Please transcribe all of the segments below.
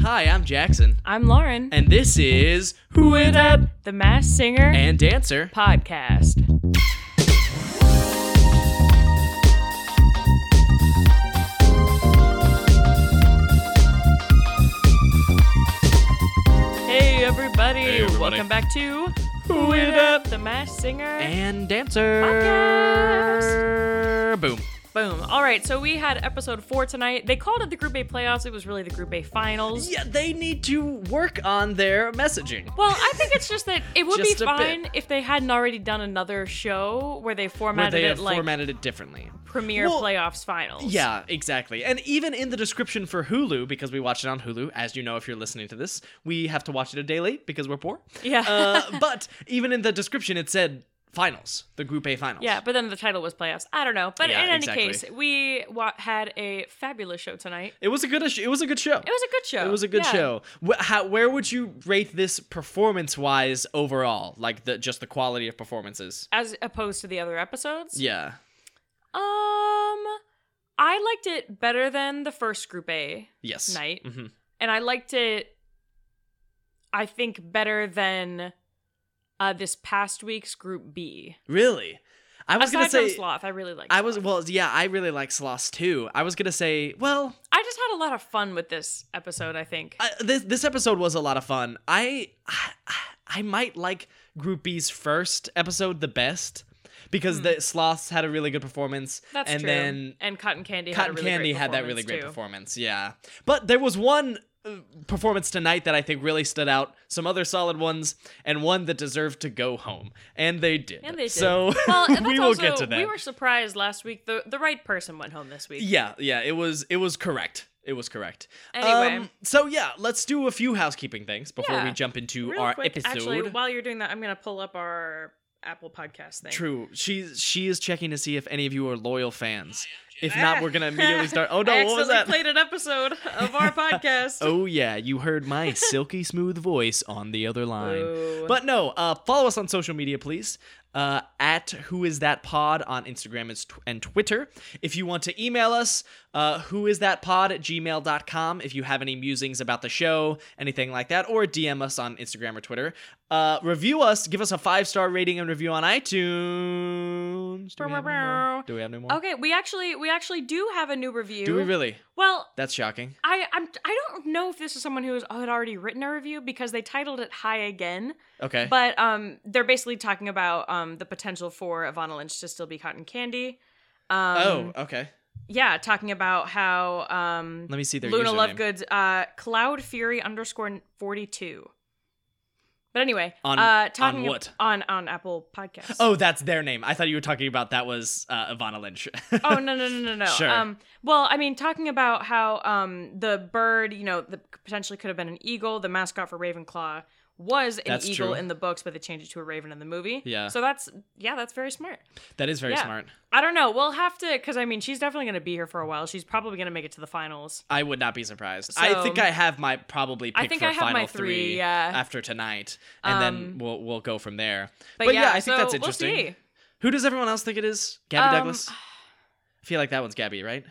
Hi, I'm Jackson, I'm Lauren, and this is Who It At the Mass Singer and Dancer. Podcast. Hey, Hey everybody. everybody. welcome back to Who It At the Mass Singer. and Dancer. Boom. Boom. All right, so we had episode four tonight. They called it the Group A playoffs. It was really the Group A finals. Yeah, they need to work on their messaging. Well, I think it's just that it would be Just a bit. fine if they hadn't already done another show where they Where formatted they it have like formatted it differently. premier Well, playoffs finals. Yeah, exactly. And even in the description for Hulu, because we watch it on Hulu, as you know if you're listening to this, we have to watch it a day late because we're poor. Yeah. Uh, but even in the description, it said finals, the Group A finals. Yeah, but then the title was playoffs. I don't know. But Yeah, in any exactly. case, we wa- had a fabulous show tonight. It was a good. It was a good show. It was a good show. It was a good Yeah. show. Wh- how, where would you rate this performance-wise overall? Like the just the quality of performances. As opposed to the other episodes? Yeah. Um I liked it better than the first group A Yes. night. hmm and I liked it. I think better than uh, this past week's Group B. Really. I was Aside gonna from say. Sloth, I really liked. I was Sloth. well. Yeah, I really like Sloss too. I was gonna say. Well, I just had a lot of fun with this episode. I think. I, this this episode was a lot of fun. I I, I might like Group B's first episode the best because the Sloths had a really good performance. Hmm. That's and true. then and Cotton Candy. Cotton had a really Candy great had that really great too. performance. Yeah, but there was one uh, performance tonight that I think really stood out. Some other solid ones, and one that deserved to go home, and they did. And they did. So Well, and that's we will also, get to that. We were surprised last week. The the right person went home this week. yeah, yeah. It was it was correct. It was correct. Anyway. Um, so yeah, let's do a few housekeeping things before Yeah. we jump into Real our quick, episode. actually, while you're doing that, I'm gonna pull up our Apple Podcast thing. True. She's she is checking to see if any of you are loyal fans. If not, we're gonna immediately start. Oh I no, what was accidentally that? Played an episode of our podcast. Oh yeah, you heard my silky smooth voice on the other line. Boo. But no, uh, follow us on social media, please. Uh, at who is that pod on Instagram is tw- and Twitter. If you want to email us, uh, who is that pod at gmail.com. If you have any musings about the show, anything like that, or DM us on Instagram or Twitter. Uh, review us, give us a five star rating and review on iTunes. Do we have any more? Do we have any more? Okay, we actually we actually do have a new review. Do we really? well, That's shocking. I I'm I don't know if this is someone who has, had already written a review because they titled it "High Again," Okay. but um they're basically talking about um the potential for Ivana Lynch to still be Cotton Candy. Um, oh, okay. yeah, talking about how um Let me see their Luna username. Lovegood's uh, Cloud Fury underscore forty two. But anyway, On- uh, on talking ab- what? on on Apple Podcasts. Oh, that's their name. I thought you were talking about that was uh, Ivana Lynch. oh no no no no no. Sure. Um, well, I mean, talking about how um the bird, you know, the, potentially could have been an eagle. The mascot for Ravenclaw was an That's eagle true. in the books, but they changed it to a raven in the movie. Yeah. So that's yeah, that's very smart. That is very Yeah. smart. I don't know. We'll have to because I mean, she's definitely going to be here for a while. She's probably going to make it to the finals. I would not be surprised. I So- think I have my probably pick I think for I have final my three, three, yeah. after tonight, and then Um, we'll we'll go from there. But, yeah, I think so that's we'll interesting. see. Who does everyone else think it is? Gabby Um, Douglas. I feel like that one's Gabby, right? I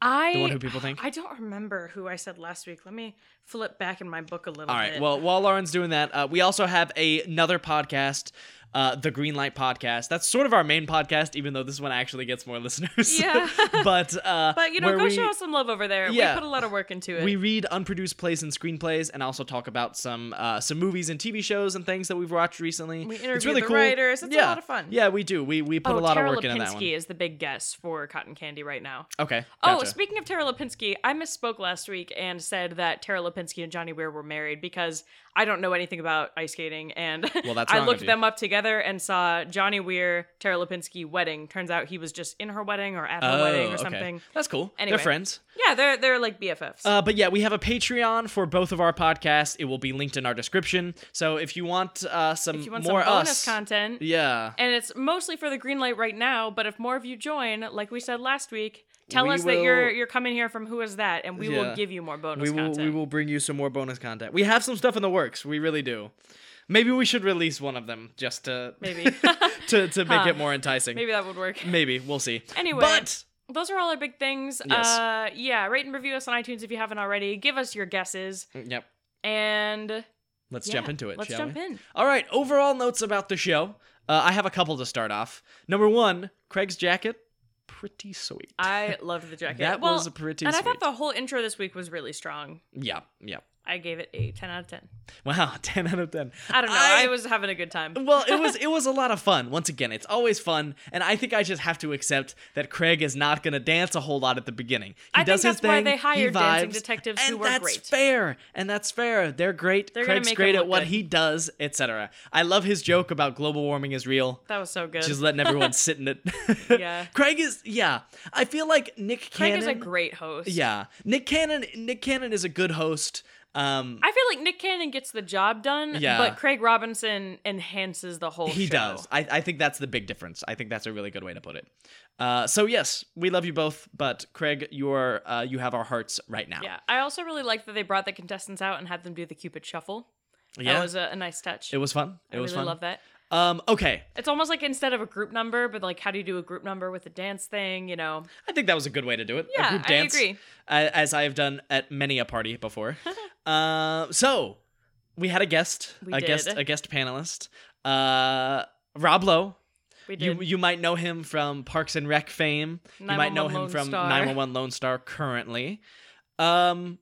The one who people think. I don't remember who I said last week. Let me flip back in my book a little All bit. right. Well, while Lauren's doing that, uh, we also have a, another podcast, uh, the Greenlight Podcast. That's sort of our main podcast, even though this one actually gets more listeners. Yeah. but uh, but you know, where go we- show us some love over there. Yeah. We put a lot of work into it. We read unproduced plays and screenplays, and also talk about some uh, some movies and TV shows and things that we've watched recently. We it's interview really the cool. writers. It's a yeah. lot of fun. Yeah, we do. We we put oh, a lot Tara of work Lipinski into that one. is the big guess for Cotton Candy right now. Okay. Oh, gotcha. speaking of Tara Lipinski, I misspoke last week and said that Tara Lipinski and Johnny Weir were married because I don't know anything about ice skating, and Well, that's wrong I of looked you. them up together and saw Johnny Weir Tara Lipinski wedding. Turns out he was just in her wedding or at her Oh, wedding or okay. something. That's cool. Anyway. They're friends. Yeah, they're they're like BFFs. Uh, but yeah, we have a Patreon for both of our podcasts. It will be linked in our description. So if you want uh, some if you want some more bonus us, content, yeah, and it's mostly for the green light right now but if more of you join like we said last week tell We us that you're will- you're coming here from who is that and we Yeah. will give you more bonus we will content we will bring you some more bonus content. We have some stuff in the works. We really do. Maybe we should release one of them just to Maybe. to to make Huh. it more enticing. maybe that would work Maybe we'll see. Anyway. but those are all our big things. Yes. Uh, yeah, rate and review us on iTunes if you haven't already. Give us your guesses. mm, Yep. And Let's yeah, jump into it, Let's shall jump we? in. All right, overall notes about the show. Uh, I have a couple to start off. Number one, Craig's jacket, pretty sweet. I loved the jacket. that well, was pretty and I sweet. thought the whole intro this week was really strong. yeah, yeah. I gave it a 10 out of 10. Wow, ten out of ten. I don't know. I- I, was having a good time. Well, it was it was a lot of fun. Once again, it's always fun, and I think I just have to accept that Craig is not going to dance a whole lot at the beginning. He I think does his that's why thing, they he hired dancing vibes, detectives and who were that's great. fair, and that's fair. They're great. They're gonna Craig's make great him at look what good. he does, etc. I love his joke about global warming is real. that was so good. Just letting everyone sit in it. Yeah. Craig is yeah. I feel like Nick Craig Cannon. is a great host. yeah. Nick Cannon. Nick Cannon is a good host. Um, I feel like Nick Cannon gets the job done, Yeah. but Craig Robinson enhances the whole he show. does. I, I think that's the big difference. I think that's a really good way to put it. Uh, so yes, we love you both, but Craig, you are uh, you have our hearts right now. Yeah. I also really liked that they brought the contestants out and had them do the Cupid shuffle. Yeah? That was a, a nice touch. it was fun. It I was really fun. love that. Um, okay, It's almost like instead of a group number, but like how do you do a group number with a dance thing, you know? I think that was a good way to do it. A Yeah, group I dance, agree. a- as I have done at many a party before. uh, so we had a guest, We a did. guest, a guest panelist, uh, Rob Lowe. We did. You you might know him from Parks and Rec fame. You might know 911 him Lone from Star. 911 Lone Star currently. Um,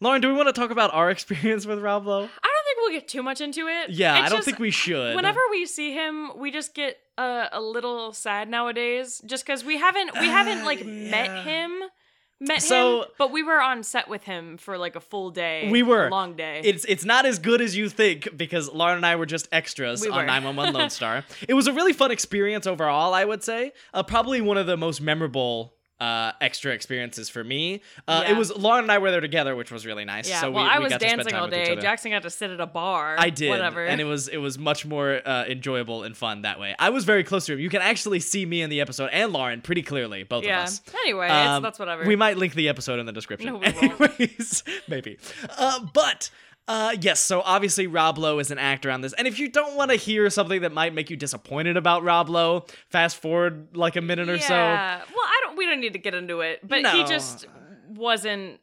Lauren, do we want to talk about our experience with Rob Lowe? I don't think we'll get too much into it. Yeah, It's I don't just- think we should. Whenever we see him, we just get uh, a, a little sad nowadays, just because we haven't we haven't Uh, like yeah. met him, met him, So- but we were on set with him for like a full day. We were. a long day. It's it's not as good as you think because Lauren and I were just extras We on were. 911 Lone Star. It was a really fun experience overall, I would say. Uh, probably one of the most memorable uh, extra experiences for me. Uh, It Yeah. was Lauren and I were there together, which was really nice. yeah, so well, we, I we was got to spend dancing time all with each day. other. Jackson got to sit at a bar. I did, Whatever. and it was it was much more uh, enjoyable and fun that way. I was very close to him. You can actually see me in the episode and Lauren pretty clearly, both yeah. of us. Anyway, Um, it's, that's whatever. We might link the episode in the description. No, we won't. Anyways, maybe. Uh, but. Uh, yes, so obviously Rob Lowe is an actor on this, and if you don't want to hear something that might make you disappointed about Rob Lowe, fast forward like a minute or so. Yeah. Well, I don't. We don't need to get into it, but he No. just wasn't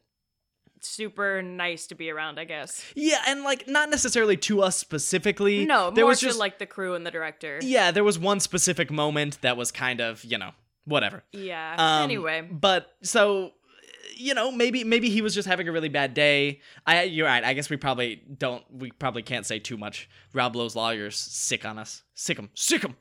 super nice to be around. I guess. Yeah, and like not necessarily to us specifically. No, there more was to just like the crew and the director. yeah, there was one specific moment that was kind of you know whatever. Yeah. Um, anyway, but so you know, maybe maybe he was just having a really bad day. I you're right. I guess we probably don't. We probably can't say too much. Rob Lowe's lawyers sick on us. Sick him. Sick him.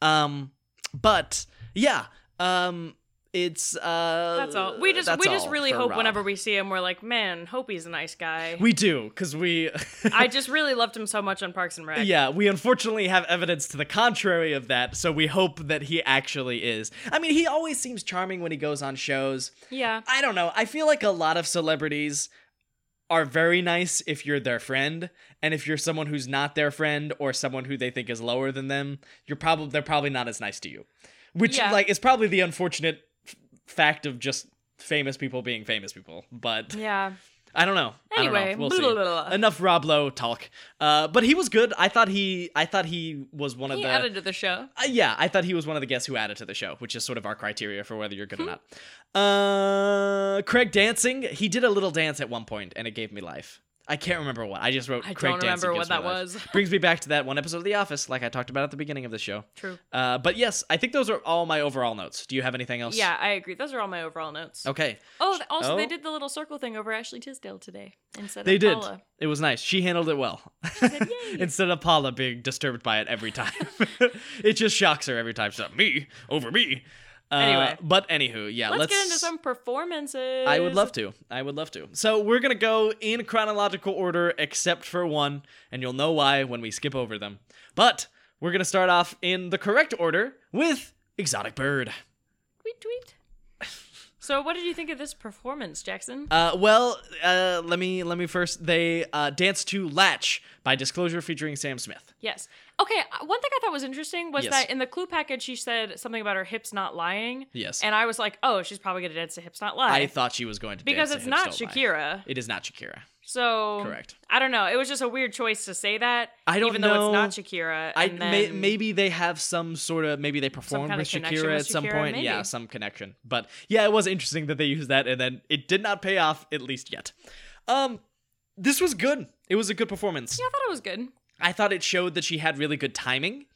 Um, but yeah. Um, it's uh. that's all. We just that's we just all really for hope Rob. whenever we see him, we're like, man, hope he's a nice guy. we do because we. I just really loved him so much on Parks and Rec. Yeah, we unfortunately have evidence to the contrary of that, so we hope that he actually is. I mean, he always seems charming when he goes on shows. Yeah. I don't know. I feel like a lot of celebrities are very nice if you're their friend, and if you're someone who's not their friend or someone who they think is lower than them, you're probably they're probably not as nice to you. Which Yeah. like is probably the unfortunate f- fact of just famous people being famous people, but Yeah. I don't know. I Anyway, don't know. We'll blah, see. blah, blah, blah. Enough Rob Lowe talk. Uh, but he was good. I thought he I thought he was one of He the added to the show. uh, yeah, I thought he was one of the guests who added to the show, which is sort of our criteria for whether you're good Hmm. or not. Uh, Craig dancing. He did a little dance at one point, and it gave me life. I can't remember what. I just wrote. I Craig don't dancing remember gives what that me life. was. Brings me back to that one episode of The Office, like I talked about at the beginning of the show. True. Uh, but yes, I think those are all my overall notes. Do you have anything else? Yeah, I agree. Those are all my overall notes. Okay. Oh, th- also Oh. they did the little circle thing over Ashley Tisdale today instead They of did. Paula. It was nice. She handled it well. said, "Yay." Instead of Paula being disturbed by it every time, it just shocks her every time. She's like, me over me. Uh, Anyway. but anywho, yeah. Let's, Let's, get into some performances. I would love to. I would love to. So we're gonna go in chronological order, except for one, and you'll know why when we skip over them. But we're gonna start off in the correct order with Exotic Bird. tweet tweet. So, what did you think of this performance, Jackson? Uh, well, uh, let me let me first. They uh, dance to Latch by Disclosure featuring Sam Smith. Yes. Okay, uh, one thing I thought was interesting was Yes. that in the clue package, she said something about her hips not lying, Yes. and I was like, oh, she's probably gonna dance to hips not lie I thought she was going to because dance it's to not Hips Don't Lie. Shakira. It is not Shakira. So Correct. I don't know. It was just a weird choice to say that. I don't even know. though it's not Shakira. I and then- may, maybe they have some sort of maybe they performed kind with of connection Shakira with at some Shakira, point. maybe. Yeah, some connection. But yeah, it was interesting that they used that, and then it did not pay off at least yet. Um, this was good. It was a good performance. Yeah, I thought it was good. I thought it showed that she had really good timing.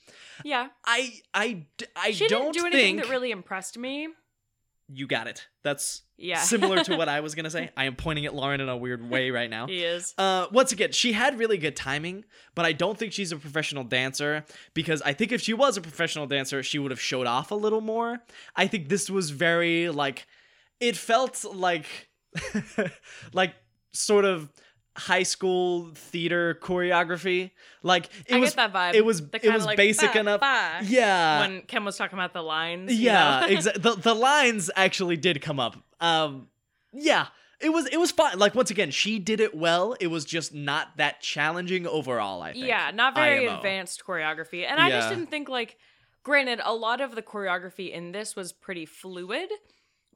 Yeah, I I d- I she don't didn't do anything think that really impressed me. you got it. That's Yeah, similar to what I was gonna say. I am pointing at Lauren in a weird way right now. he is. Uh, once again, she had really good timing, but I don't think she's a professional dancer because I think if she was a professional dancer, she would have showed off a little more. I think this was very like, it felt like, like sort of high school theater choreography. Like it I was, get that vibe. it was- the it kinda was like, basic bah, enough- bah, yeah, when Ken was talking about the lines. you yeah, know? exactly. The, the lines actually did come up. Um, yeah, it was it was fine. Like once again, she did it well. It was just not that challenging overall. I think. yeah, not very IMO. advanced choreography, and I just Yeah. didn't think like. Granted, a lot of the choreography in this was pretty fluid,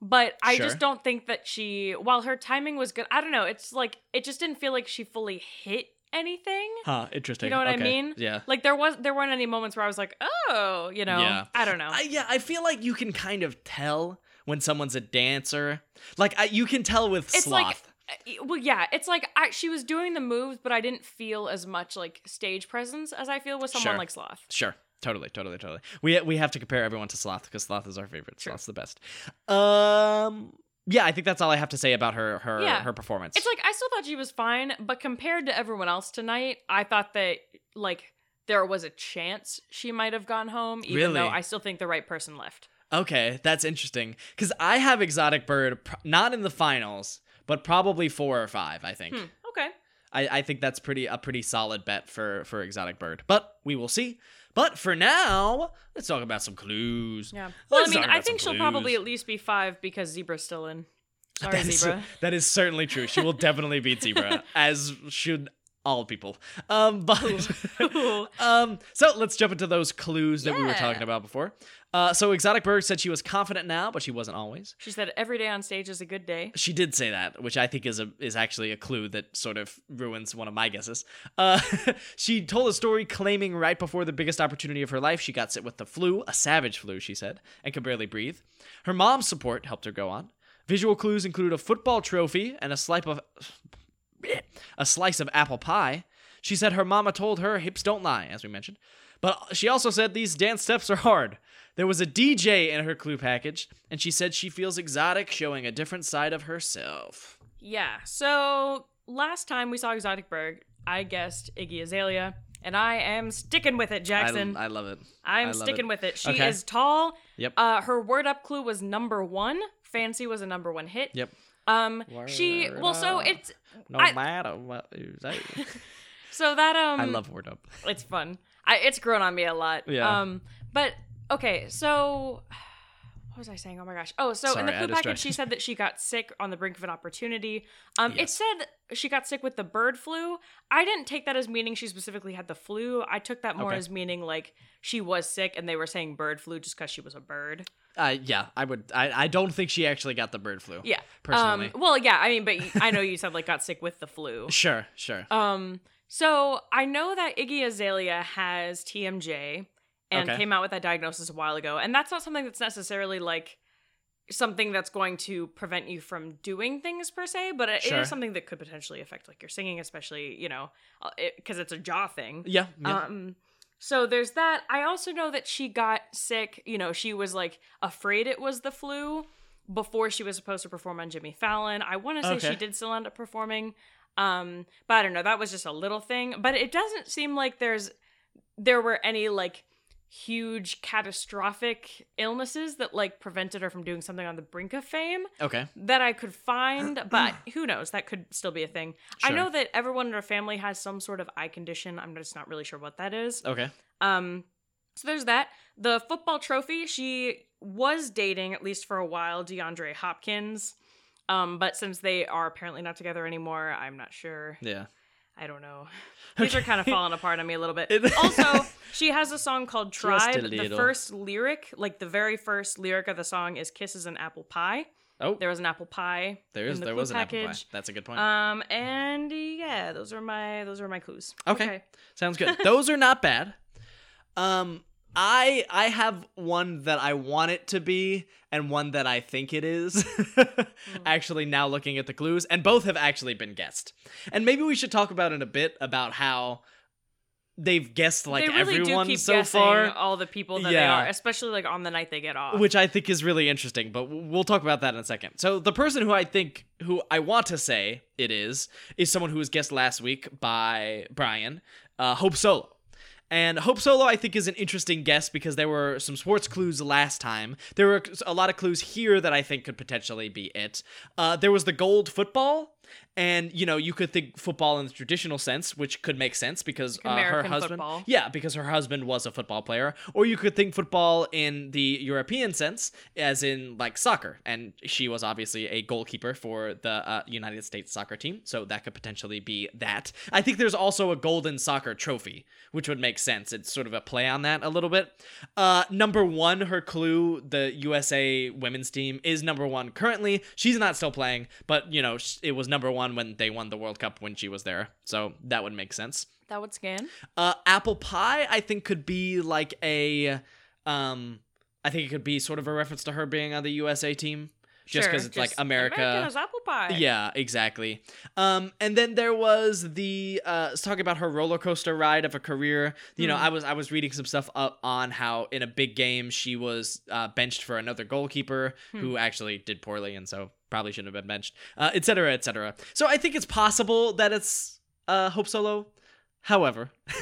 but I Sure. just don't think that she. While her timing was good, I don't know. It's like it just didn't feel like she fully hit anything. Huh. Interesting. You know what I Okay, mean? Yeah. Like there was there weren't any moments where I was like, oh, you know, Yeah. I don't know. I, yeah, I feel like you can kind of tell when someone's a dancer. Like I, you can tell with It's sloth. like- Uh, well, yeah, it's like I, she was doing the moves, but I didn't feel as much like stage presence as I feel with someone Sure. like Sloth. Sure. Totally, totally, totally. We we have to compare everyone to Sloth because Sloth is our favorite. True. Sloth's the best. Um, yeah, I think that's all I have to say about her her Yeah. her performance. It's like I still thought she was fine, but compared to everyone else tonight, I thought that like there was a chance she might have gone home, even Really? though I still think the right person left. Okay, that's interesting. Because I have Exotic Bird pr- not in the finals, but probably four or five. I think. Hmm. Okay. I, I think that's pretty a pretty solid bet for for Exotic Bird. But we will see. But for now, let's talk about some clues. Yeah. Well, Let's I mean, talk I about think some she'll probably clues. at least be five because Zebra's still in. Sorry, That is- Zebra. that is certainly true. She will definitely beat Zebra, as should all people. Um, but Ooh. um, so let's jump into those clues that we were Yeah. talking about before. Uh, so Exotic Bird said she was confident now, but she wasn't always. She said every day on stage is a good day. She did say that, which I think is a is actually a clue that sort of ruins one of my guesses. Uh, she told a story claiming right before the biggest opportunity of her life, she got sick with the flu, a savage flu, she said, and could barely breathe. Her mom's support helped her go on. Visual clues include a football trophy and a slice of a slice of apple pie. She said her mama told her hips don't lie, as we mentioned. But she also said these dance steps are hard. There was a DJ in her clue package, and she said she feels exotic, showing a different side of herself. Yeah. So last time we saw Exotic Berg, I guessed Iggy Azalea, and I am sticking with it, I- Jackson. I, love it. I, am I love sticking it. with it. She Okay. is tall. Yep. Uh, her word up clue was number one. Fancy was a number one hit. Yep. Um, she Word well, so up. it's No I- matter what you say. so that um, I love word up. it's fun. I it's grown on me a lot. Yeah. Um, but okay, so. What was I saying? Oh my gosh! Oh, so in Sorry, the I food distracted package, she said that she got sick on the brink of an opportunity. Um, Yes. it said she got sick with the bird flu. I didn't take that as meaning she specifically had the flu. I took that more Okay. as meaning like she was sick, and they were saying bird flu just because she was a bird. Uh, yeah, I would. I, I don't think she actually got the bird flu. Yeah. Personally. Um, well, yeah. I mean, but y- I know you said like got sick with the flu. Sure. Sure. Um, so I know that Iggy Azalea has TMJ and Okay. came out with that diagnosis a while ago, and that's not something that's necessarily like something that's going to prevent you from doing things per se, but it, it Sure. is something that could potentially affect like your singing, especially you know because it's a jaw thing. yeah. yeah. Um, so there's that. I also know that she got sick. You know, she was like afraid it was the flu before she was supposed to perform on Jimmy Fallon. I want to say Okay. she did still end up performing. Um, but I don't know. That was just a little thing. But it doesn't seem like there's there were any like huge catastrophic illnesses that like prevented her from doing something on the brink of fame okay. that I could find, but who knows? That could still be a thing. I Sure. know that everyone in our family has some sort of eye condition. I'm just not really sure what that is. Okay. Um, so there's that. The football trophy, she was dating, at least for a while, DeAndre Hopkins. Um, but since they are apparently not together anymore, I'm not sure. Yeah. I don't know. These are kind of Okay. falling apart on me a little bit. It- also, she has a song called Just a Tribe. The little. first lyric, like the very first lyric of the song, is "Kisses and Apple Pie." Oh, There was an apple pie. there is in the there clue was an apple pie. package. That's a good point. Um, and yeah, those are my those are my clues. Okay. Sounds good. Those are not bad. Um I I have one that I want it to be and one that I think it is. Hmm. actually now looking at the clues and both have actually been guessed. And maybe we should talk about in a bit about how they've guessed like they really everyone do keep so guessing far. all the people that they Yeah. are, especially like on the night they get off. which I think is really interesting, but w- we'll talk about that in a second. So the person who I think who I want to say it is is someone who was guessed last week by Brian, uh, Hope Solo. And Hope Solo, I think, is an interesting guess because there were some sports clues last time. There were a lot of clues here that I think could potentially be it. Uh, there was the gold football, and you know you could think football in the traditional sense, which could make sense because uh, her American husband, football. yeah, because her husband was a football player. Or you could think football in the European sense, as in like soccer. And she was obviously a goalkeeper for the uh, United States soccer team. So that could potentially be that. I think there's also a golden soccer trophy, which would make sense. It's sort of a play on that a little bit. Uh, number one, her clue, the USA women's team, is number one currently. She's not still playing, but, you know, sh- it was number one when they won the World Cup when she was there. So that would make sense. that would scan. Uh, apple pie, I think, could be like a, um, I think it could be sort of a reference to her being on the USA team, just Sure, because it's like America. American is apple pie. yeah, exactly. Um, and then there was the uh, let's talk about her roller coaster ride of a career. You know, Hmm. I was I was reading some stuff up on how in a big game she was uh, benched for another goalkeeper who actually did poorly and so probably shouldn't have been benched, uh, et cetera, et cetera. So I think it's possible that it's uh, Hope Solo. However,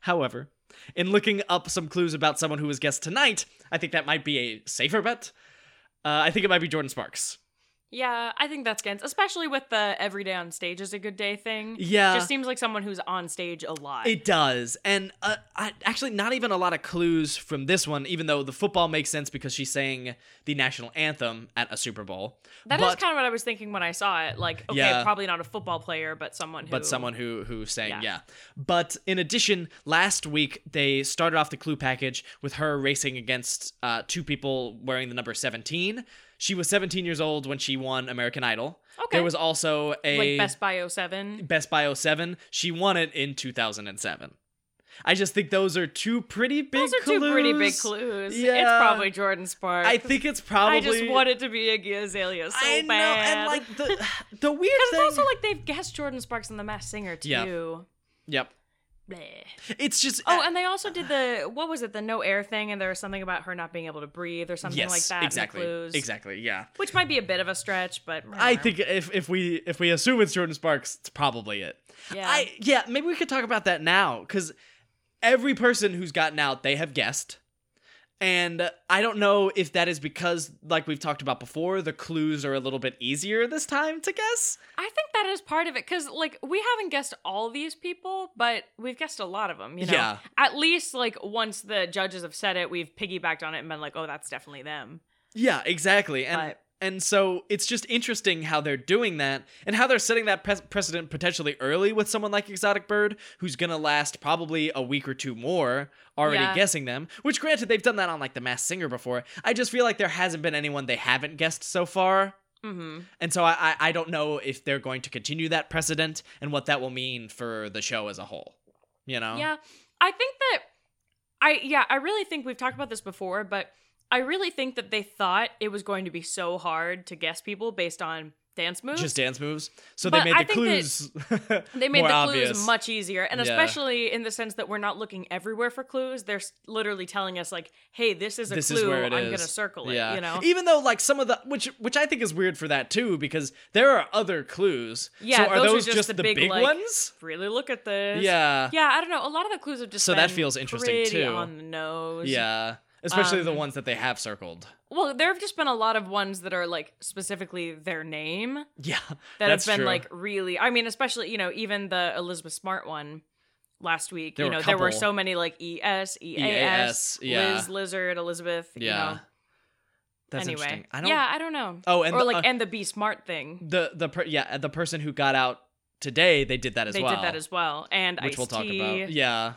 however, in looking up some clues about someone who was guest tonight, I think that might be a safer bet. Uh, I think it might be Jordan Sparks. Yeah, I think that scans, especially with the every day on stage is a good day thing. Yeah. Just seems like someone who's on stage a lot. It does, and uh, I, actually, not even a lot of clues from this one. Even though the football makes sense because she sang the national anthem at a Super Bowl, That is but, kind of what I was thinking when I saw it. Like, okay, Yeah. probably not a football player, but someone who. but someone who who sang yeah. Yeah. But in addition, last week they started off the clue package with her racing against uh, two people wearing the number seventeen. She was seventeen years old when she won American Idol. Okay. There was also a like Best Buy 07. Best Buy 07. She won it in 2007. I just think those are two pretty big Those are clues. two pretty big clues. It's Yeah. probably Jordan Sparks. I think it's probably. I just want it to be Iggy Azalea so I know, bad. and like the the weird Because thing. it's also like they've guessed Jordan Sparks in The Masked Singer Yeah. too. yep. Bleh. It's just. uh, Oh, and they also did the what was it? The no air thing, and there was something about her not being able to breathe or something yes, like that. in the exactly, clues, exactly, yeah. Which might be a bit of a stretch, but I think if if we if we assume it's Jordan Sparks, it's probably it. Yeah. I yeah, maybe we could talk about that now because every person who's gotten out, they have guessed. And I don't know if that is because, like we've talked about before, the clues are a little bit easier this time to guess. I think that is part of it because like we haven't guessed all these people, but we've guessed a lot of them. You know, Yeah. at least like once the judges have said it, we've piggybacked on it and been like, oh, that's definitely them. Yeah, exactly. And Right. and so it's just interesting how they're doing that and how they're setting that pre- precedent potentially early with someone like Exotic Bird, who's gonna last probably a week or two more already Yeah. guessing them. Which, granted, they've done that on like the Mass Singer before. I just feel like there hasn't been anyone they haven't guessed so far. Mm-hmm. And so I, I, I don't know if they're going to continue that precedent and what that will mean for the show as a whole. You know? Yeah, I think that I yeah I really think we've talked about this before, but I really think that they thought it was going to be so hard to guess people based on dance moves. Just dance moves. So But they made I the think that clues. they made more the obvious. clues much easier, and Yeah. especially in the sense that we're not looking everywhere for clues. They're s- literally telling us like, "Hey, this is a This clue. is where it I'm gonna is." E circle it." You know. Even though like some of the which which I think is weird for that too because there are other clues. Yeah, so are those those, are just just the the big, big, like, ones? really look at this. Yeah. Yeah, I don't know. A lot of the clues have just So that been feels interesting, pretty too. On the nose. Yeah. Especially the Um, ones that they have circled. Well, there have just been a lot of ones that are like specifically their name. Yeah. that that's have been true. like really I mean, especially, you know, even the Elizabeth Smart one last week, There you were a know, there were couple. so many like E ES, EAS, EAS, yeah. Liz Lizard, Elizabeth, Yeah. yeah. you know. That's anyway. interesting. I don't yeah, I don't know. Oh, and or the- like uh, and the be smart thing. the the per- yeah the person who got out today they did that as they well. did that as well. And which Ice-T, we'll talk about. Yeah.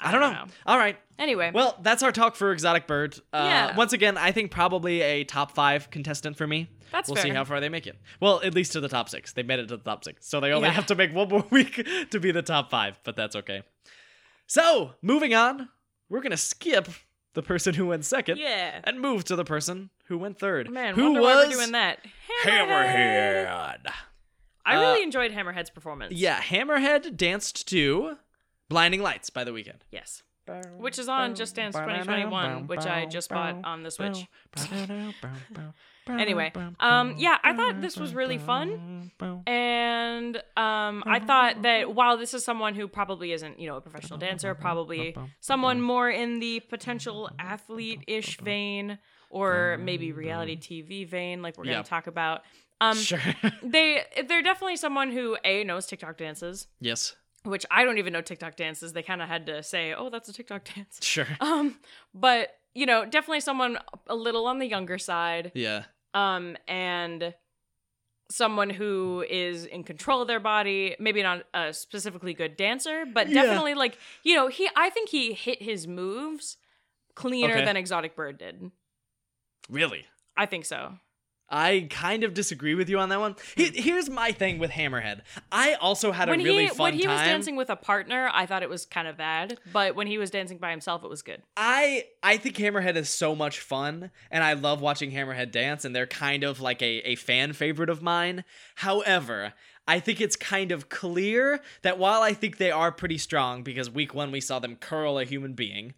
I don't, know. All right. Anyway, Well, that's our talk for Exotic Bird. Uh, Yeah. Once again, I think probably a top five contestant for me. that's we'll fair. see how far they make it. Well, at least to the top six. They made it to the top six. So they only Yeah. have to make one more week to be the top five, but that's okay. So, moving on, we're going to skip the person who went second yeah. and move to the person who went third. Man, who wonder why was we're doing that. Hammerhead? I Uh, really enjoyed Hammerhead's performance. Yeah, Hammerhead danced to Blinding Lights by the weekend. Yes. Which is on Just Dance 2021, which I just bought on the Switch. Anyway, um, yeah, I thought this was really fun. And um, I Oh. thought that while this is someone who probably isn't, you know, a professional dancer, probably someone more in the potential athlete ish vein or maybe reality TV vein, like we're going to Yeah. talk about. Um, Sure. they they're definitely someone who a knows TikTok dances, yes. which I don't even know TikTok dances. They kind of had to say, "Oh, that's a TikTok dance." Sure. Um, but you know, definitely someone a little on the younger side, Yeah. um, and someone who is in control of their body. Maybe not a specifically good dancer, but Yeah. definitely like you know, he. I think he hit his moves cleaner Okay. than Exotic Bird did. Really. I think so. I kind of disagree with you on that one. He- here's my thing with Hammerhead. I also had Hmm. when a really he fun when he was time. dancing with a partner, I thought it was kind of bad, but when he was dancing by himself, it was good. I I think Hammerhead is so much fun, and I love watching Hammerhead dance, and they're kind of like a, a fan favorite of mine. However, I think it's kind of clear that while I think they are pretty strong, because week one we saw them curl a human being,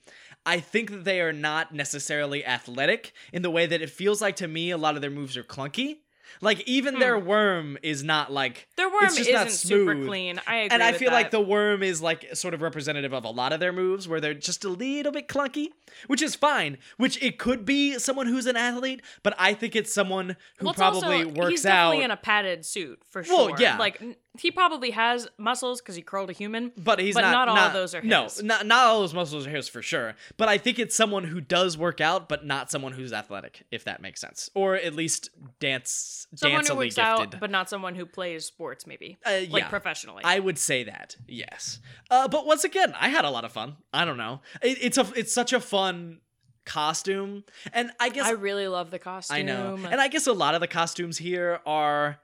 I think that they are not necessarily athletic in the way that it feels like to me a lot of their moves are clunky. Like even their worm is not like Hmm. Their worm just isn't not super smooth. clean. I agree. and I with feel like that. the worm is like sort of representative of a lot of their moves where they're just a little bit clunky, which is fine. Which it could be someone who's an athlete, but I think it's someone who Well, it's also- probably works he's out. definitely in a padded suit for sure. Well, yeah. like n- he probably has muscles because he curled a human. but he's but not, not all those are no, his. not not all those muscles are his for sure. But I think it's someone who does work out, but not someone who's athletic, if that makes sense, or at least dance Someone who danceably works gifted. out, but not someone who plays sports, maybe Uh, like yeah. professionally. I would say that yes, uh, but once again, I had a lot of fun. I don't know. It, it's a it's such a fun costume, and I guess I really love the costume. I know, and I guess a lot of the costumes here are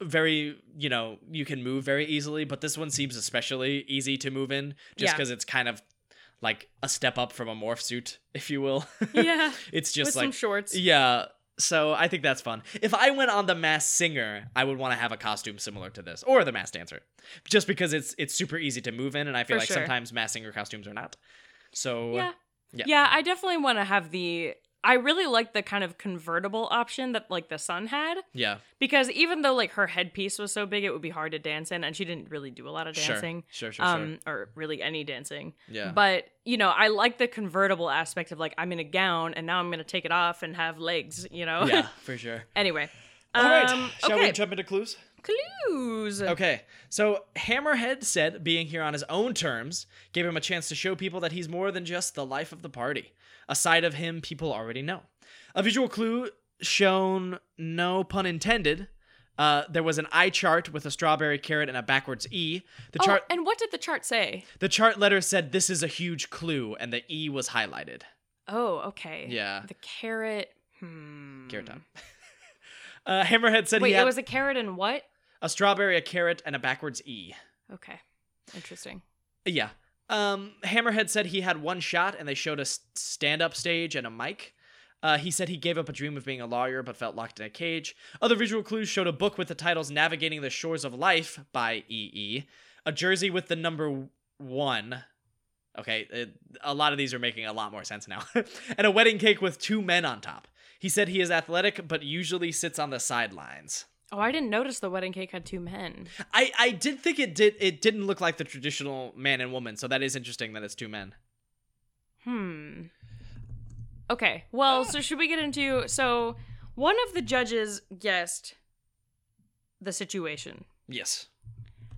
very you know you can move very easily, but this one seems especially easy to move in, just Yeah. because it's kind of like a step up from a morph suit, if you will. yeah, it's just with like some shorts. yeah. So I think that's fun. If I went on the mass singer, I would want to have a costume similar to this or the mass dancer. Just because it's it's super easy to move in and I feel For like sure. sometimes mass singer costumes are not. So yeah. yeah. I definitely want to have the. I really like the kind of convertible option that like the sun had yeah. because even though like her headpiece was so big, it would be hard to dance in, and she didn't really do a lot of dancing, Sure, sure, sure, sure. um, or really any dancing. Yeah. But you know, I like the convertible aspect of like I'm in a gown and now I'm gonna take it off and have legs. You know. yeah, for sure. anyway. All right. Um, Shall okay. we jump into clues? Clues. Okay. So Hammerhead said being here on his own terms gave him a chance to show people that he's more than just the life of the party, a side of him people already know. A visual clue shown, no pun intended. Uh, there was an eye chart with a strawberry carrot and a backwards E. The Oh, chart, and what did the chart say? the chart letter said, "This is a huge clue," and the E was highlighted. Oh, okay. Yeah, The carrot. Hmm. carrot time. uh, Hammerhead said Wait, he had it was a carrot and what? a strawberry, a carrot, and a backwards E. Okay. Interesting. Yeah. Um, Hammerhead said he had one shot and they showed a stand up stage and a mic. Uh, he said he gave up a dream of being a lawyer but felt locked in a cage. Other visual clues showed a book with the titles Navigating the Shores of Life by E.E., a jersey with the number one. Okay, it, a lot of these are making a lot more sense now. and a wedding cake with two men on top. He said he is athletic but usually sits on the sidelines. Oh, I didn't notice the wedding cake had two men. I I did think it did it didn't look like the traditional man and woman, so that is interesting that it's two men. Hmm. Okay. Well, so should we get into so one of the judges guessed the situation. Yes.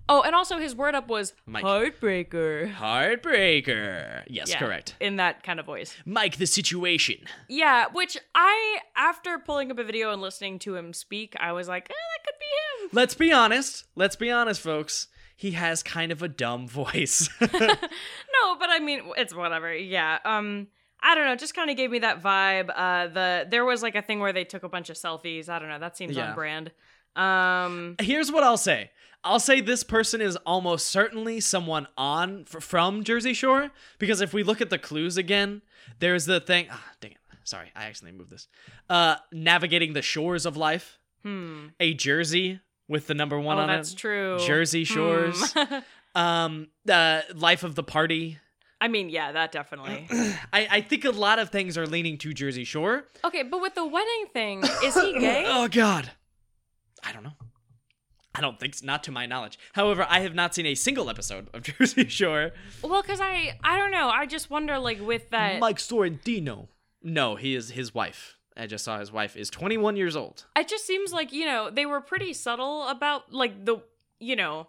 Oh, and also his word up was Mike. heartbreaker Heartbreaker. Yes, Yeah. correct. in that kind of voice. Mike the situation. Yeah, which I after pulling up a video and listening to him speak, I was like, eh, that could be him. let's be honest. Let's be honest, folks. He has kind of a dumb voice. no, but I mean, it's whatever. Yeah. Um, I don't know. Just kind of gave me that vibe. Uh, the there was like a thing where they took a bunch of selfies. I don't know. That seems Yeah. on brand. Um, Here's what I'll say. I'll say this person is almost certainly someone on f- from Jersey Shore because if we look at the clues again, there's the thing. Ah, dang it! Sorry, I accidentally moved this. Uh, navigating the shores of life, hmm. a jersey with the number one Oh, on that's it, true. Jersey Hmm. Shores. um, uh, life of the party. I mean, yeah, that definitely. I I think a lot of things are leaning to Jersey Shore. okay, but with the wedding thing, is he gay? oh God, I don't know. I don't think, s- not to my knowledge. However, I have not seen a single episode of Jersey Shore. well, because I I don't know. I just wonder like with that. Mike Sorrentino. No, he is his wife. I just saw his wife is 21 years old. it just seems like you know they were pretty subtle about like the you know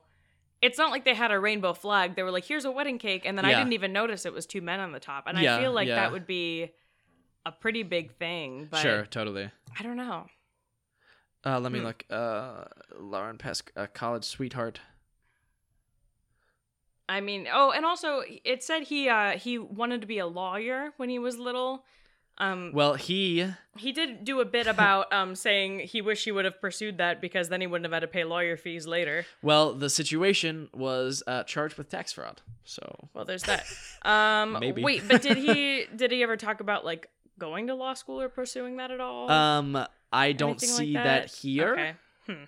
it's not like they had a rainbow flag they were like here's a wedding cake and then i Yeah. didn't even notice it was two men on the top and Yeah, i feel like yeah. that would be a pretty big thing but Sure, totally. i don't know Uh, let me Hmm. look. Uh, Lauren Pesk, a college sweetheart. i mean oh and also it said he uh he wanted to be a lawyer when he was little um Well, he he did do a bit about um saying he wished he would have pursued that because then he wouldn't have had to pay lawyer fees later well the situation was uh, charged with tax fraud. So Well, there's that. Um, Maybe. Wait, but did he did he ever talk about like going to law school or pursuing that at all? um, I don't Oh. Anything like see that? here. Okay.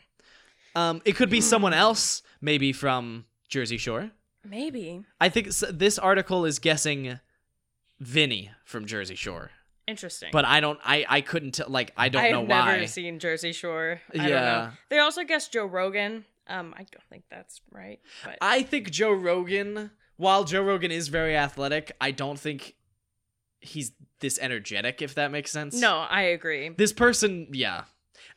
Um, it could be someone else, maybe from Jersey Shore. Maybe I think s- this article is guessing Vinny from Jersey Shore, interesting. but I don't. I I couldn't t- like. I don't I've know never why. seen Jersey Shore. I don't know. yeah, They also guessed Joe Rogan. Um, I don't think that's right. But I think Joe Rogan. While Joe Rogan is very athletic, I don't think he's this energetic. If that makes sense. no, I agree. This person, yeah.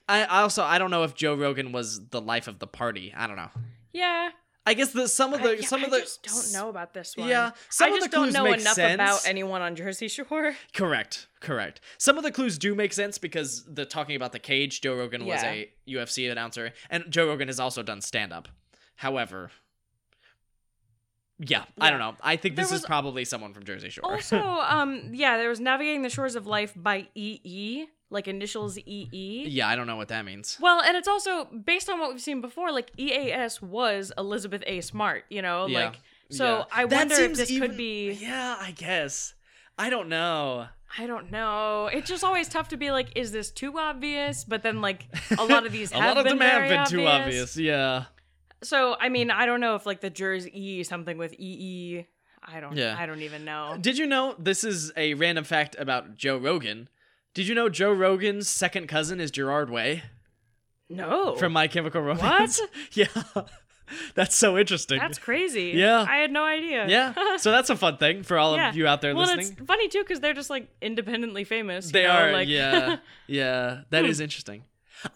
I I also I don't know if Joe Rogan was the life of the party. I don't know. Yeah, I guess the some of the I, yeah, some I of the just don't know about this one. Yeah, some I of just the clues don't know make enough sense. about anyone on Jersey Shore. Correct. Correct. Some of the clues do make sense because the talking about the cage, Joe Rogan was Yeah. a UFC announcer, and Joe Rogan has also done stand up. However, yeah, I Yeah. don't know. I think There this is was- probably someone from Jersey Shore. Also, um, yeah, there was Navigating the Shores of Life by EE, like initials E EE. yeah, I don't know what that means. Well, and it's also based on what we've seen before, like EAS was Elizabeth A. Smart, you know? Yeah. Like so Yeah. I That wonder if seems this even- could be Yeah, I guess. I don't know. I don't know. It's just always tough to be like, is this too obvious? But then like a lot of these A have lot of been them have very been too obvious. Yeah. So I mean, I don't know if like the Jersey E something with EE. I don't Yeah. I don't even know. Did you know this is a random fact about Joe Rogan? Did you know Joe Rogan's second cousin is Gerard Way? No. from My Chemical Romance. yeah, that's so interesting. that's crazy. Yeah. I had no idea. yeah, so that's a fun thing for all Yeah. of you out there Well, and listening. it's funny too because they're just like independently famous. you They know, are, like, Hmm. yeah, yeah. That is interesting.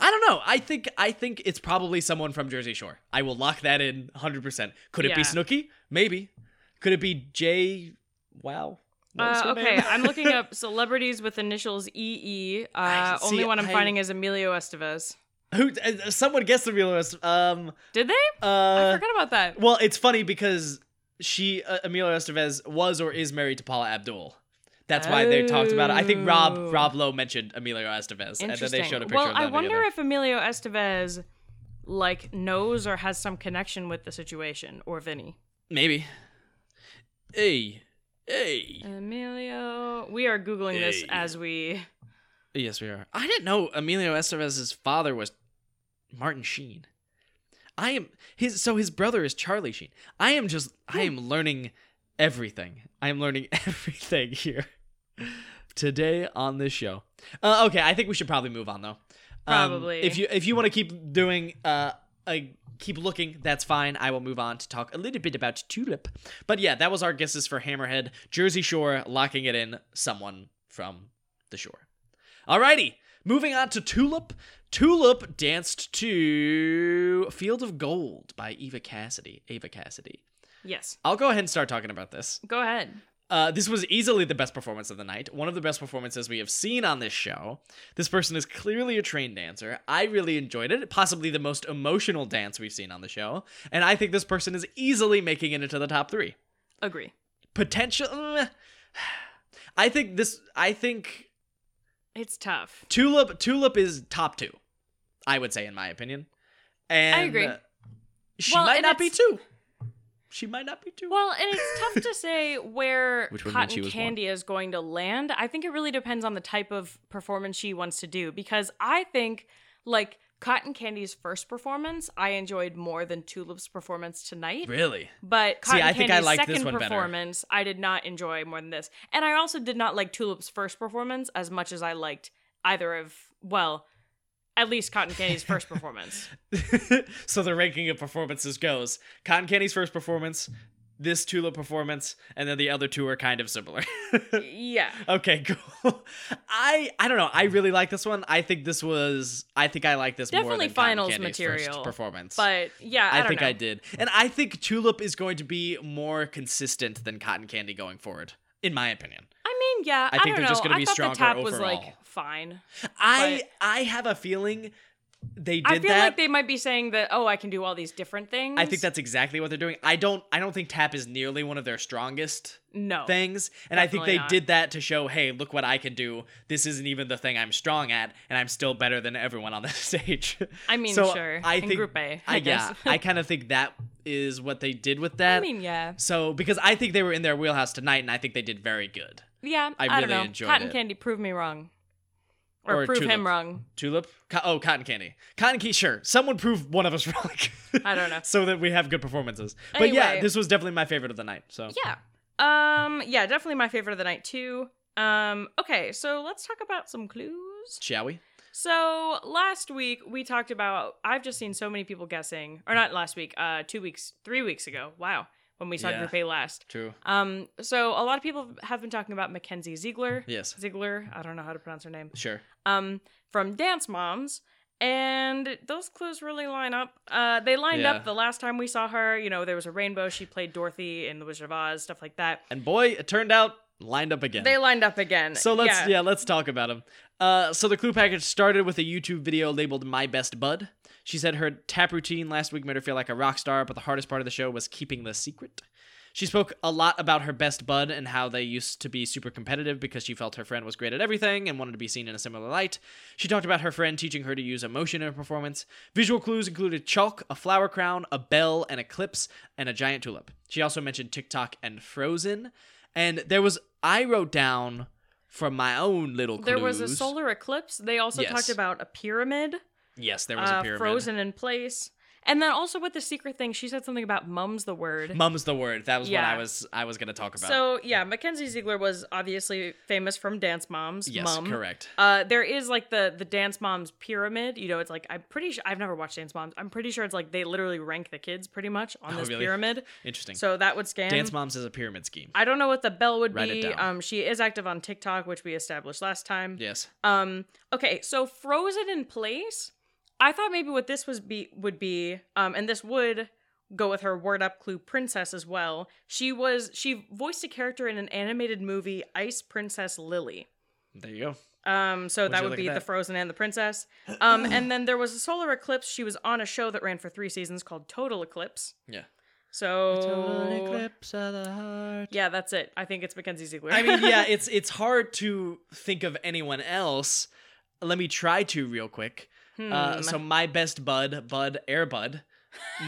I don't know. I think I think it's probably someone from Jersey Shore. I will lock that in 100. percent Could it be Yeah. Snooki? Maybe. Could it be Jay? Wow. What was Uh, her okay, name? I'm looking up celebrities with initials EE. Uh, I- see, only one I'm I- finding is Emilio Estevez. Who? Uh, someone guessed the realist. Um. Did they? I Uh. forgot about that. Well, it's funny because she, uh, Emilio Estevez, was or is married to Paula Abdul. That's why they talked about it. I think Rob Oh. Rob Lowe mentioned Emilio Estevez, and then Interesting. they showed a picture well, of them I wonder together. if Emilio Estevez like knows or has some connection with the situation or Vinny. Maybe. Hey, hey. Emilio, we are googling this Hey. as we. yes, we are. I didn't know Emilio Estevez's father was Martin Sheen. I am his. So his brother is Charlie Sheen. I am just. I am Hmm. learning everything. I am learning everything here today on this show. Uh, okay, I think we should probably move on though. Um, Probably. if you if you want to keep doing uh, I keep looking, that's fine. I will move on to talk a little bit about Tulip. But yeah, that was our guesses for Hammerhead, Jersey Shore, locking it in. Someone from the shore. Alrighty, moving on to Tulip. Tulip danced to Field of Gold by Eva Cassidy. Ava Cassidy. Yes, I'll go ahead and start talking about this. go ahead. Uh, this was easily the best performance of the night, one of the best performances we have seen on this show. This person is clearly a trained dancer. I really enjoyed it, possibly the most emotional dance we've seen on the show. And I think this person is easily making it into the top three. Agree. Potential. mm, I think this. I think It's tough. Tulip. Tulip is top two. I would say, in my opinion. And agree. uh, She Well, might and not be it's- two. She might not be two. Well, and it's tough to say where Which would mean she cotton was one. candy is going to land. I think it really depends on the type of performance she wants to do because I think like cotton candy's first performance I enjoyed more than Tulip's performance tonight. really? But See, Cotton I think I Candy's liked this second one better. performance, I did not enjoy more than this, and I also did not like Tulip's first performance as much as I liked either of well, at least Cotton Candy's first performance. so the ranking of performances goes Cotton Candy's first performance, this Tulip performance, and then the other two are kind of similar. Yeah, okay, cool. I I don't know. I really like this one. I think this was. I think I like this more Definitely than Cotton finals Candy's material, first performance. but yeah, I, I, don't think know. I did, and I think Tulip is going to be more consistent than Cotton Candy going forward, in my opinion. I mean, yeah, I I, think don't they're know. just gonna I be thought stronger the top was overall. like fine. I I have a feeling they did I feel that. like they might be saying that oh, I can do all these different things. I think that's exactly what they're doing. I don't I don't think Tap is nearly one of their strongest no. things. And I think Oh, Definitely they not. did that to show, hey, look what I can do. This isn't even the thing I'm strong at, and I'm still better than everyone on the stage. I mean, So, sure. I in think- Group A, I I guess. yeah, I kind of think that is what they did with I that. mean, yeah, so because I think they were in their wheelhouse tonight, and I think they did very good. yeah. I don't really know. enjoyed Cotton it. Candy proved me wrong, or, Or prove Tulip. him wrong. Tulip, Co- oh cotton candy, cotton candy. Sure, someone prove one of us wrong. I don't know. so that we have good performances. But yeah, Anyway. this was definitely my favorite of the night. So Yeah. Um. Yeah. Definitely my favorite of the night too. Um. Okay. So let's talk about some clues. shall we? So last week we talked about I've just seen so many people guessing, or not last week, uh, two weeks, three weeks ago. Wow, when we saw Yeah. Group A last. True. Um, so a lot of people have been talking about Mackenzie Ziegler. Yes. Ziegler, I don't know how to pronounce her name. Sure. Um, from Dance Moms. And those clues really line up. Uh, they lined Yeah. up the last time we saw her. You know, there was a rainbow. She played Dorothy in The Wizard of Oz, stuff like that. And boy, it turned out lined up again. They lined up again. so let's yeah. yeah. let's talk about them. Uh, so the clue package started with a YouTube video labeled "My Best Bud." She said her tap routine last week made her feel like a rock star, but the hardest part of the show was keeping the secret. She spoke a lot about her best bud and how they used to be super competitive because she felt her friend was great at everything and wanted to be seen in a similar light. She talked about her friend teaching her to use emotion in her performance. Visual clues included chalk, a flower crown, a bell, an eclipse, and a giant tulip. She also mentioned TikTok and Frozen. And there was, I wrote down from my own little clues. There was a solar eclipse. They also Yes. talked about a pyramid. Yes, there was a uh, pyramid. frozen in place. And then also with the secret thing, she said something about mum's the word. Mum's the word. That was what Yeah. I was I was gonna talk about. so yeah, Mackenzie Ziegler was obviously famous from Dance Moms. yes, Mum. correct. Uh, there is like the the Dance Moms pyramid. You know, it's like I'm pretty sure I've never watched Dance Moms. I'm pretty sure it's like they literally rank the kids pretty much on Oh, this really? pyramid. Interesting. So that would scan. Dance Moms is a pyramid scheme. I don't know what the bell would Write it be. down. Um, she is active on TikTok, which we established last time. Yes. Um. Okay. So frozen in place. I thought maybe what this was be would be. Um. And this would go with her word up clue princess as well. She was she voiced a character in an animated movie, Ice Princess Lily. There you go. Um. So Would you that look would at be the that? frozen and the princess. Um. and then there was a solar eclipse. She was on a show that ran for three seasons called Total Eclipse. Yeah. So yeah, that's it. I think it's Mackenzie Ziegler. I mean, yeah, it's it's hard to think of anyone else. Let me try to real quick. Uh, Hmm. so my best bud, Bud Airbud,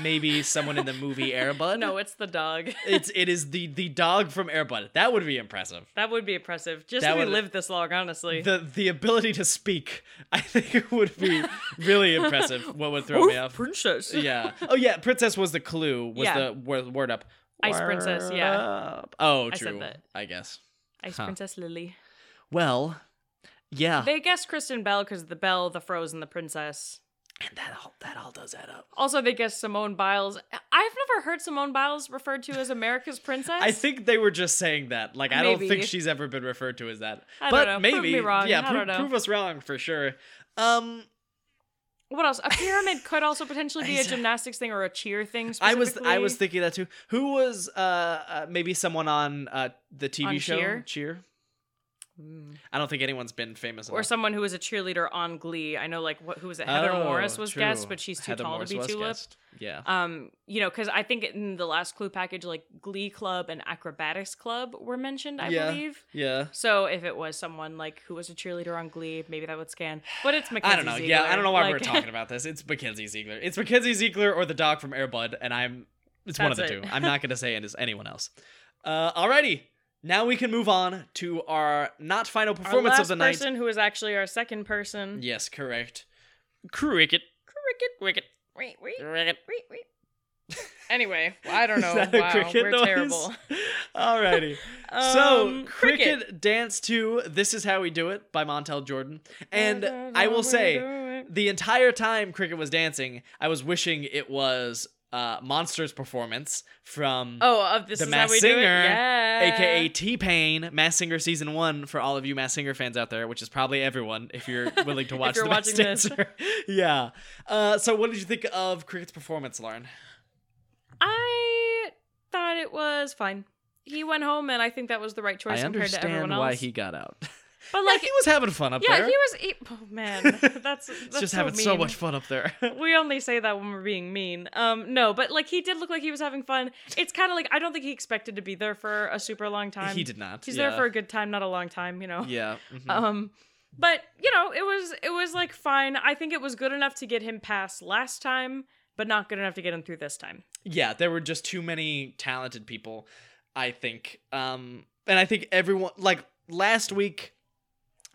maybe someone in the movie Airbud. no, it's the dog. it's it is the the dog from Airbud. That would be impressive. That would be impressive. Just That that we would- lived this long, honestly. The the ability to speak, I think, would be really impressive. What would throw me Oof, off? Princess. yeah. Oh yeah, princess was the clue. Was Yeah. the word, word up? Ice princess, Word yeah. up. Oh, I said true. I, that. guess. Ice Huh. Princess Lily. Well, yeah. They guessed Kristen Bell because the Bell, the Frozen, the Princess. and that all that all does add up. Also, they guessed Simone Biles. I've never heard Simone Biles referred to as America's Princess. I think they were just saying that. Like, I don't think Maybe. she's ever been referred to as that. I don't but know. maybe, Prove me wrong. yeah, I pro- don't know. prove us wrong for sure. Um, What else? A pyramid could also potentially be a Is- gymnastics thing or a cheer thing. I was I was specifically. thinking that too. Who was uh, uh maybe someone on uh the TV On show Cheer? Mm. I don't think anyone's been famous or enough. someone who was a cheerleader on Glee. I know, like, what, who was it? Heather Oh, Morris was true. guest, but she's too Heather tall Morris to be was Tulip. guest. Yeah. Um, you know, because I think in the last Clue package, like Glee Club and Acrobatics Club were mentioned, I Yeah. believe. Yeah. So if it was someone like who was a cheerleader on Glee, maybe that would scan. But it's Mackenzie. I don't know. Yeah, I Ziegler. don't know why Like- we're talking about this. It's Mackenzie Ziegler. It's Mackenzie Ziegler or the dog from Airbud, and I'm it's one of the That's two. it. I'm not gonna say it is anyone else. Uh, alrighty. Now we can move on to our not final Our performance last of the night. person who is actually our second person. Yes, correct. Cricket. Cricket, cricket, wait, wait, Cricket. wait, wait. Anyway, I don't know. Is that a wow, cricket we're noise? terrible. Alrighty. so Um, cricket, danced to "This Is How We Do It" by Montel Jordan, and I will say the entire time cricket was dancing, I was wishing it was uh, Monster's performance from Oh, of this The is Masked how we do Singer, it? Yeah. aka T Pain, Mass Singer season one for all of you Mass Singer fans out there, which is probably everyone if you're willing to If watch you're the Masked watching this. Dancer. yeah. Uh, so, what did you think of Cricket's performance, Lauren? I thought it was fine. He went home, and I think that was the right choice compared to everyone else. got out. but like like, he was having fun up yeah, there. he was. He, oh man, that's, that's He's just so having so mean. much fun up there. We only say that when we're being mean. Um, no, but like he did look like he was having fun. It's kind of like I don't think he expected to be there for a super long time. he did not. He's yeah. there for a good time, not a long time. You know. yeah. mhm. Um, but you know, it was it was like fine. I think it was good enough to get him past last time, but not good enough to get him through this time. yeah there were just too many talented people i think um and i think everyone like last week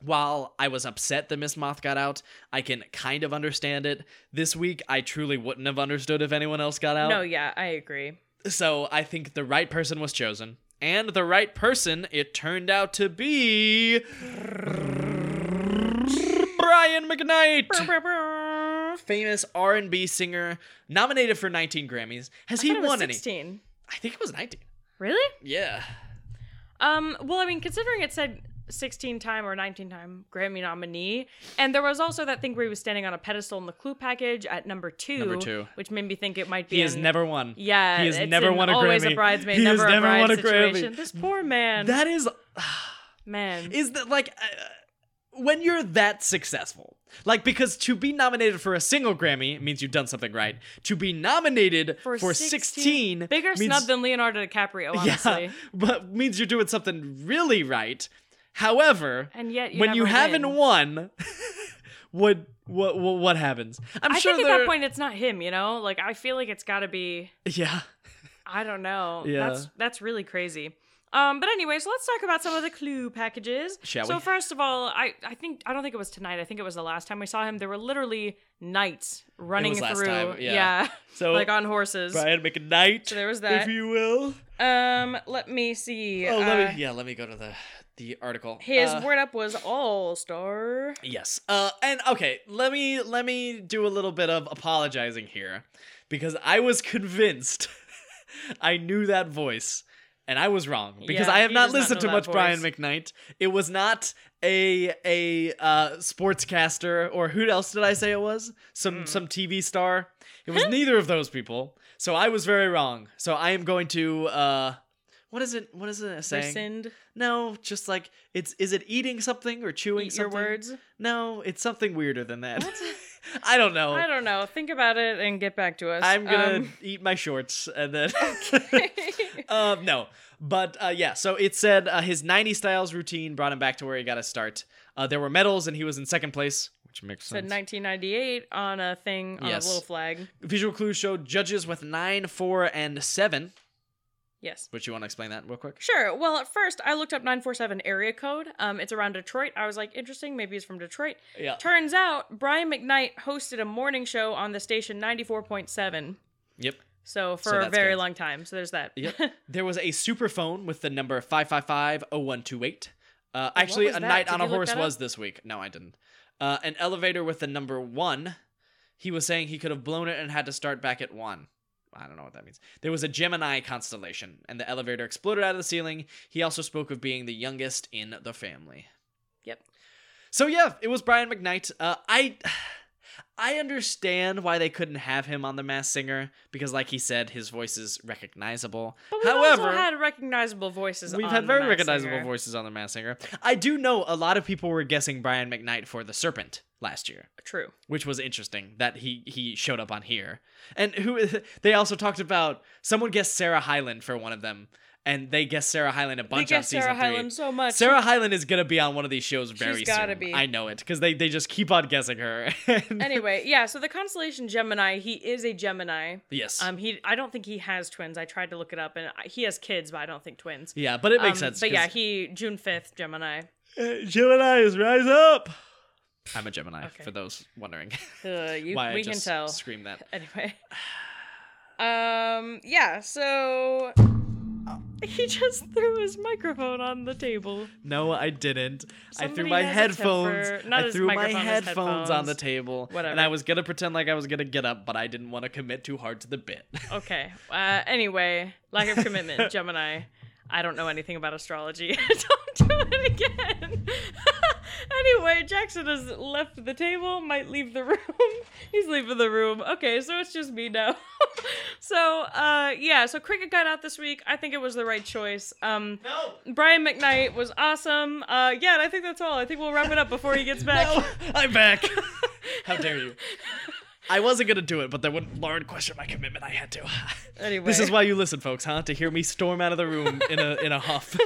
while i was upset that miss moth got out i can kind of understand it this week i truly wouldn't have understood if anyone else got out No, yeah, I agree. so i think the right person was chosen and the right person it turned out to be brian mcknight famous r&b singer nominated for 19 grammys has I he thought it was won any 16. i think it was 19 Really? yeah. Um, well, I mean, considering it said 16 time or 19 time Grammy nominee, and there was also that thing where he was standing on a pedestal in the Clue package at number two, Number two. which made me think it might be. He has in- never won. Yeah, he has it's never in won a always Grammy. a bridesmaid, He has never, a never bride won a Grammy. situation. This poor man. That is man. is that like uh, when you're that successful. Like because to be nominated for a single Grammy means you've done something right. To be nominated for, 16, bigger means, snub than Leonardo DiCaprio, honestly. Yeah, but means you're doing something really right. However, And yet, you when you never haven't win. won, what what what what happens? I'm I sure think at there that point it's not him. You know, like I feel like it's got to be. Yeah. I don't know. Yeah. That's that's really crazy. Um, but anyway, so let's talk about some of the clue packages. Shall so we? first of all, I, I think I don't think it was tonight. I think it was the last time we saw him. There were literally knights running was last through, time, yeah. So like on horses. Brian McKnight, So there was that. if you will. Um, let me see. Oh, let Uh, me yeah, let me go to the the article. His Uh, word up was all star. Yes. Uh, and okay, let me let me do a little bit of apologizing here, because I was convinced I knew that voice, and I was wrong because Yeah, I have he not does not listened know to that much Brian voice. McKnight. It was not a a uh, sportscaster or who else did I say it was? Some Hmm. some TV star. It was neither of those people. So I was very wrong. So I am going to uh, what is it? What is it saying? Rescind No, just like it's is it eating something or chewing eat your something? words. No, it's something weirder than that. I don't know. I don't know. Think about it and get back to us. Oh. I'm gonna Um, eat my shorts and then. um, no, but uh, yeah. So it said uh, his '90 styles routine brought him back to where he got his start. Uh, there were medals, and he was in second place, which makes said sense. 1998 on a thing on Yes. a little flag. Visual clues showed judges with nine, four, and seven. Yes. Which you want to explain that real quick? Sure. Well, at first I looked up 947 area code. Um, it's around Detroit. I was like, interesting. Maybe he's from Detroit. Yeah. Turns out Brian McKnight hosted a morning show on the station 94.7. Yep. So for So a that's very good. long time. So there's that. Yep. there was a super phone with the number 555-0128. Uh, actually, was a that? knight Did on a you look horse that up? was this week. No, I didn't. Uh, an elevator with the number one. He was saying he could have blown it and had to start back at one. I don't know what that means. There was a Gemini constellation, and the elevator exploded out of the ceiling. He also spoke of being the youngest in the family. Yep. So yeah, it was Brian McKnight. Uh, I I understand why they couldn't have him on The Mass Singer because, like he said, his voice is recognizable. But we've However, also had recognizable voices. We've on had The very Masked recognizable Singer. voices on The Mass Singer. I do know a lot of people were guessing Brian McKnight for The Serpent last year, True. which was interesting that he he showed up on here. And who they also talked about someone guessed Sarah Hyland for one of them, and they guessed Sarah Hyland a bunch they on guess season Sarah three. Hyland so much. Sarah Hyland is gonna be on one of these shows very gotta soon. be. I know it because they, they just keep on guessing her. And- anyway, yeah. So the constellation Gemini. He is a Gemini. yes, Um, he. I don't think he has twins. I tried to look it up, and I- he has kids, but I don't think twins. yeah, but it makes Um, sense. But yeah, 'cause, he June fifth, Gemini. uh, Gemini's rise up. I'm a Gemini Okay. for those wondering Uh, you, why we I can just tell. scream that. Anyway. Um. Yeah. So he just threw his microphone on the table. No, I didn't. I threw Somebody my has a headphones. temper. Not I his threw my microphone, his headphones on the headphones. table, and Whatever. I was gonna pretend like I was gonna get up, but I didn't want to commit too hard to the bit. Okay. Uh, anyway, lack of commitment, Gemini. I don't know anything about astrology. don't do it again. anyway, Jackson has left the table, might leave the room. He's leaving the room. Okay, so it's just me now. so, uh, yeah, so Cricket got out this week. I think it was the right choice. Um, no, Brian McKnight was awesome. Uh, yeah, and I think that's all. I think we'll wrap it up before he gets back. no, I'm back. How dare you? I wasn't gonna do it, but then when Lauren questioned my commitment, I had to. Anyway. This is why you listen, folks, huh? To hear me storm out of the room in a in a huff.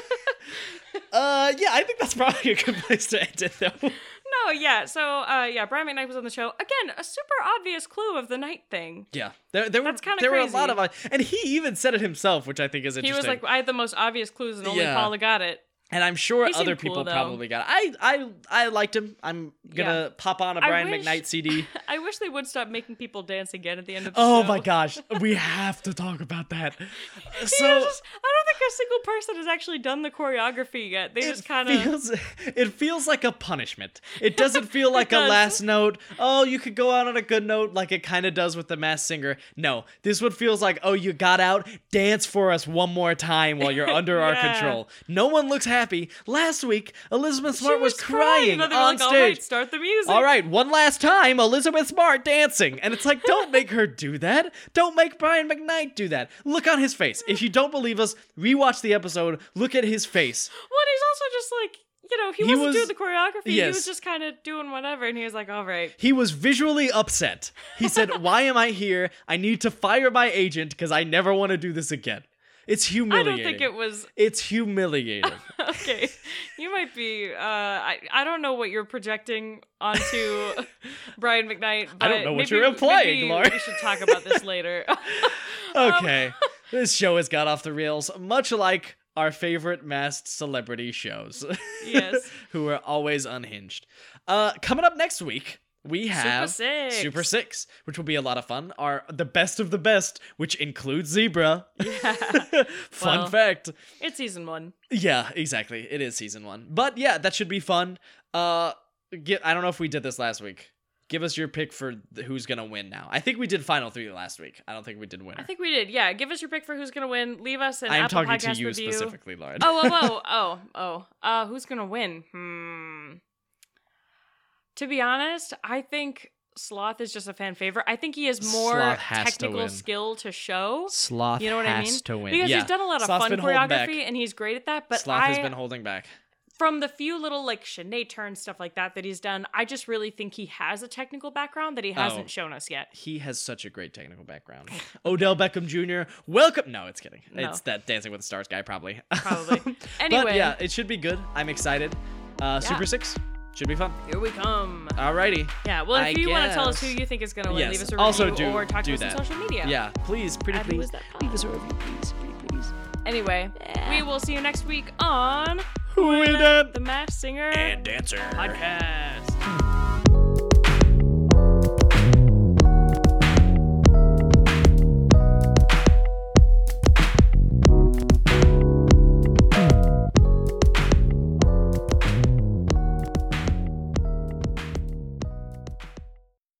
uh, yeah, I think that's probably a good place to end it, though. No, yeah. So, uh, yeah, Brian McKnight was on the show. Again, a super obvious clue of the night thing. Yeah, there there That's were kinda there were a lot crazy. of, uh, and he even said it himself, which I think is He interesting. was like, I had the most obvious clues, and only Yeah. Paula got it. And I'm sure He seemed other cool, people though. probably got. It. I I I liked him. I'm gonna pop on a I Brian wish- McKnight CD. I wish they would stop making people dance again at the end of the Oh show. my gosh, we have to talk about that. You know, So just- I don't think a single person has actually done the choreography yet. They it just kind of feels it feels like a punishment. It doesn't feel like a does. last note. Oh, you could go out on a good note, like it kind of does with the Mass Singer. No, this one feels like oh, you got out, dance for us one more time while you're under our Yeah. control. No one looks happy. Last week, Elizabeth Smart was, crying. crying, and they were on like, stage. All right, start the music. All right, one last time, Elizabeth Smart dancing. And it's like, don't make her do that. Don't make Brian McKnight do that. Look on his face. If you don't believe us, rewatch the episode, look at his face. Well, and he's also just like, you know, he, He wasn't was- doing the choreography. He yes. was just kind of doing whatever, and he was like, all right. He was visually upset. He said, Why am I here? I need to fire my agent because I never want to do this again. It's I humiliating. don't think it was It's humiliating. okay. You might be. Uh, I I don't know what you're projecting onto Brian McKnight. But I don't know what maybe- you're implying, maybe Lauren. We should talk about this later. Okay. Um, this show has got off the rails, much like our favorite masked celebrity shows. Yes. who are always unhinged. Uh coming up next week, we have Six. Super Six, which will be a lot of fun. Are the best of the best, which includes Zebra. fun Well. fact. it's season one. Yeah, exactly. It is season one. But yeah, that should be fun. Uh get I don't know if we did this last week. Give us your pick for th- who's gonna win now. I think we did final three last week. I don't think we did winner. I think we did. Yeah, give us your pick for who's gonna win. Leave us an I am Apple talking Podcast to you review. specifically, Lauren. Oh, oh, oh, oh, oh. Uh, who's gonna win? Hmm. To be honest, I think Sloth is just a fan favorite. I think he has more Sloth has to technical win. skill to show. Sloth You know what I mean? has to win. Because yeah. he's done a lot of Sloth's fun been holding back. choreography and he's great at that. But Sloth I, has been holding back. from the few little like Shanae turn stuff like that that he's done, I just really think he has a technical background that he Oh. hasn't shown us yet. He has such a great technical background. Odell Beckham Jr. Welcome. No, it's kidding. No. It's that Dancing with the Stars guy, probably. Probably. but Anyway. yeah, it should be good. I'm excited. Uh, Super Six should be fun. Here we come. Alrighty. Yeah. Well, if I you want to tell us who guess. you think is going to win, Yes, leave us a review also do- or talk do to us that. on social media. Yeah. Please, pretty At Who please. Is That Pod. Leave us a review, please, pretty please. Anyway, we will see you next week on Who is that? the Mass Singer And dancer. podcast.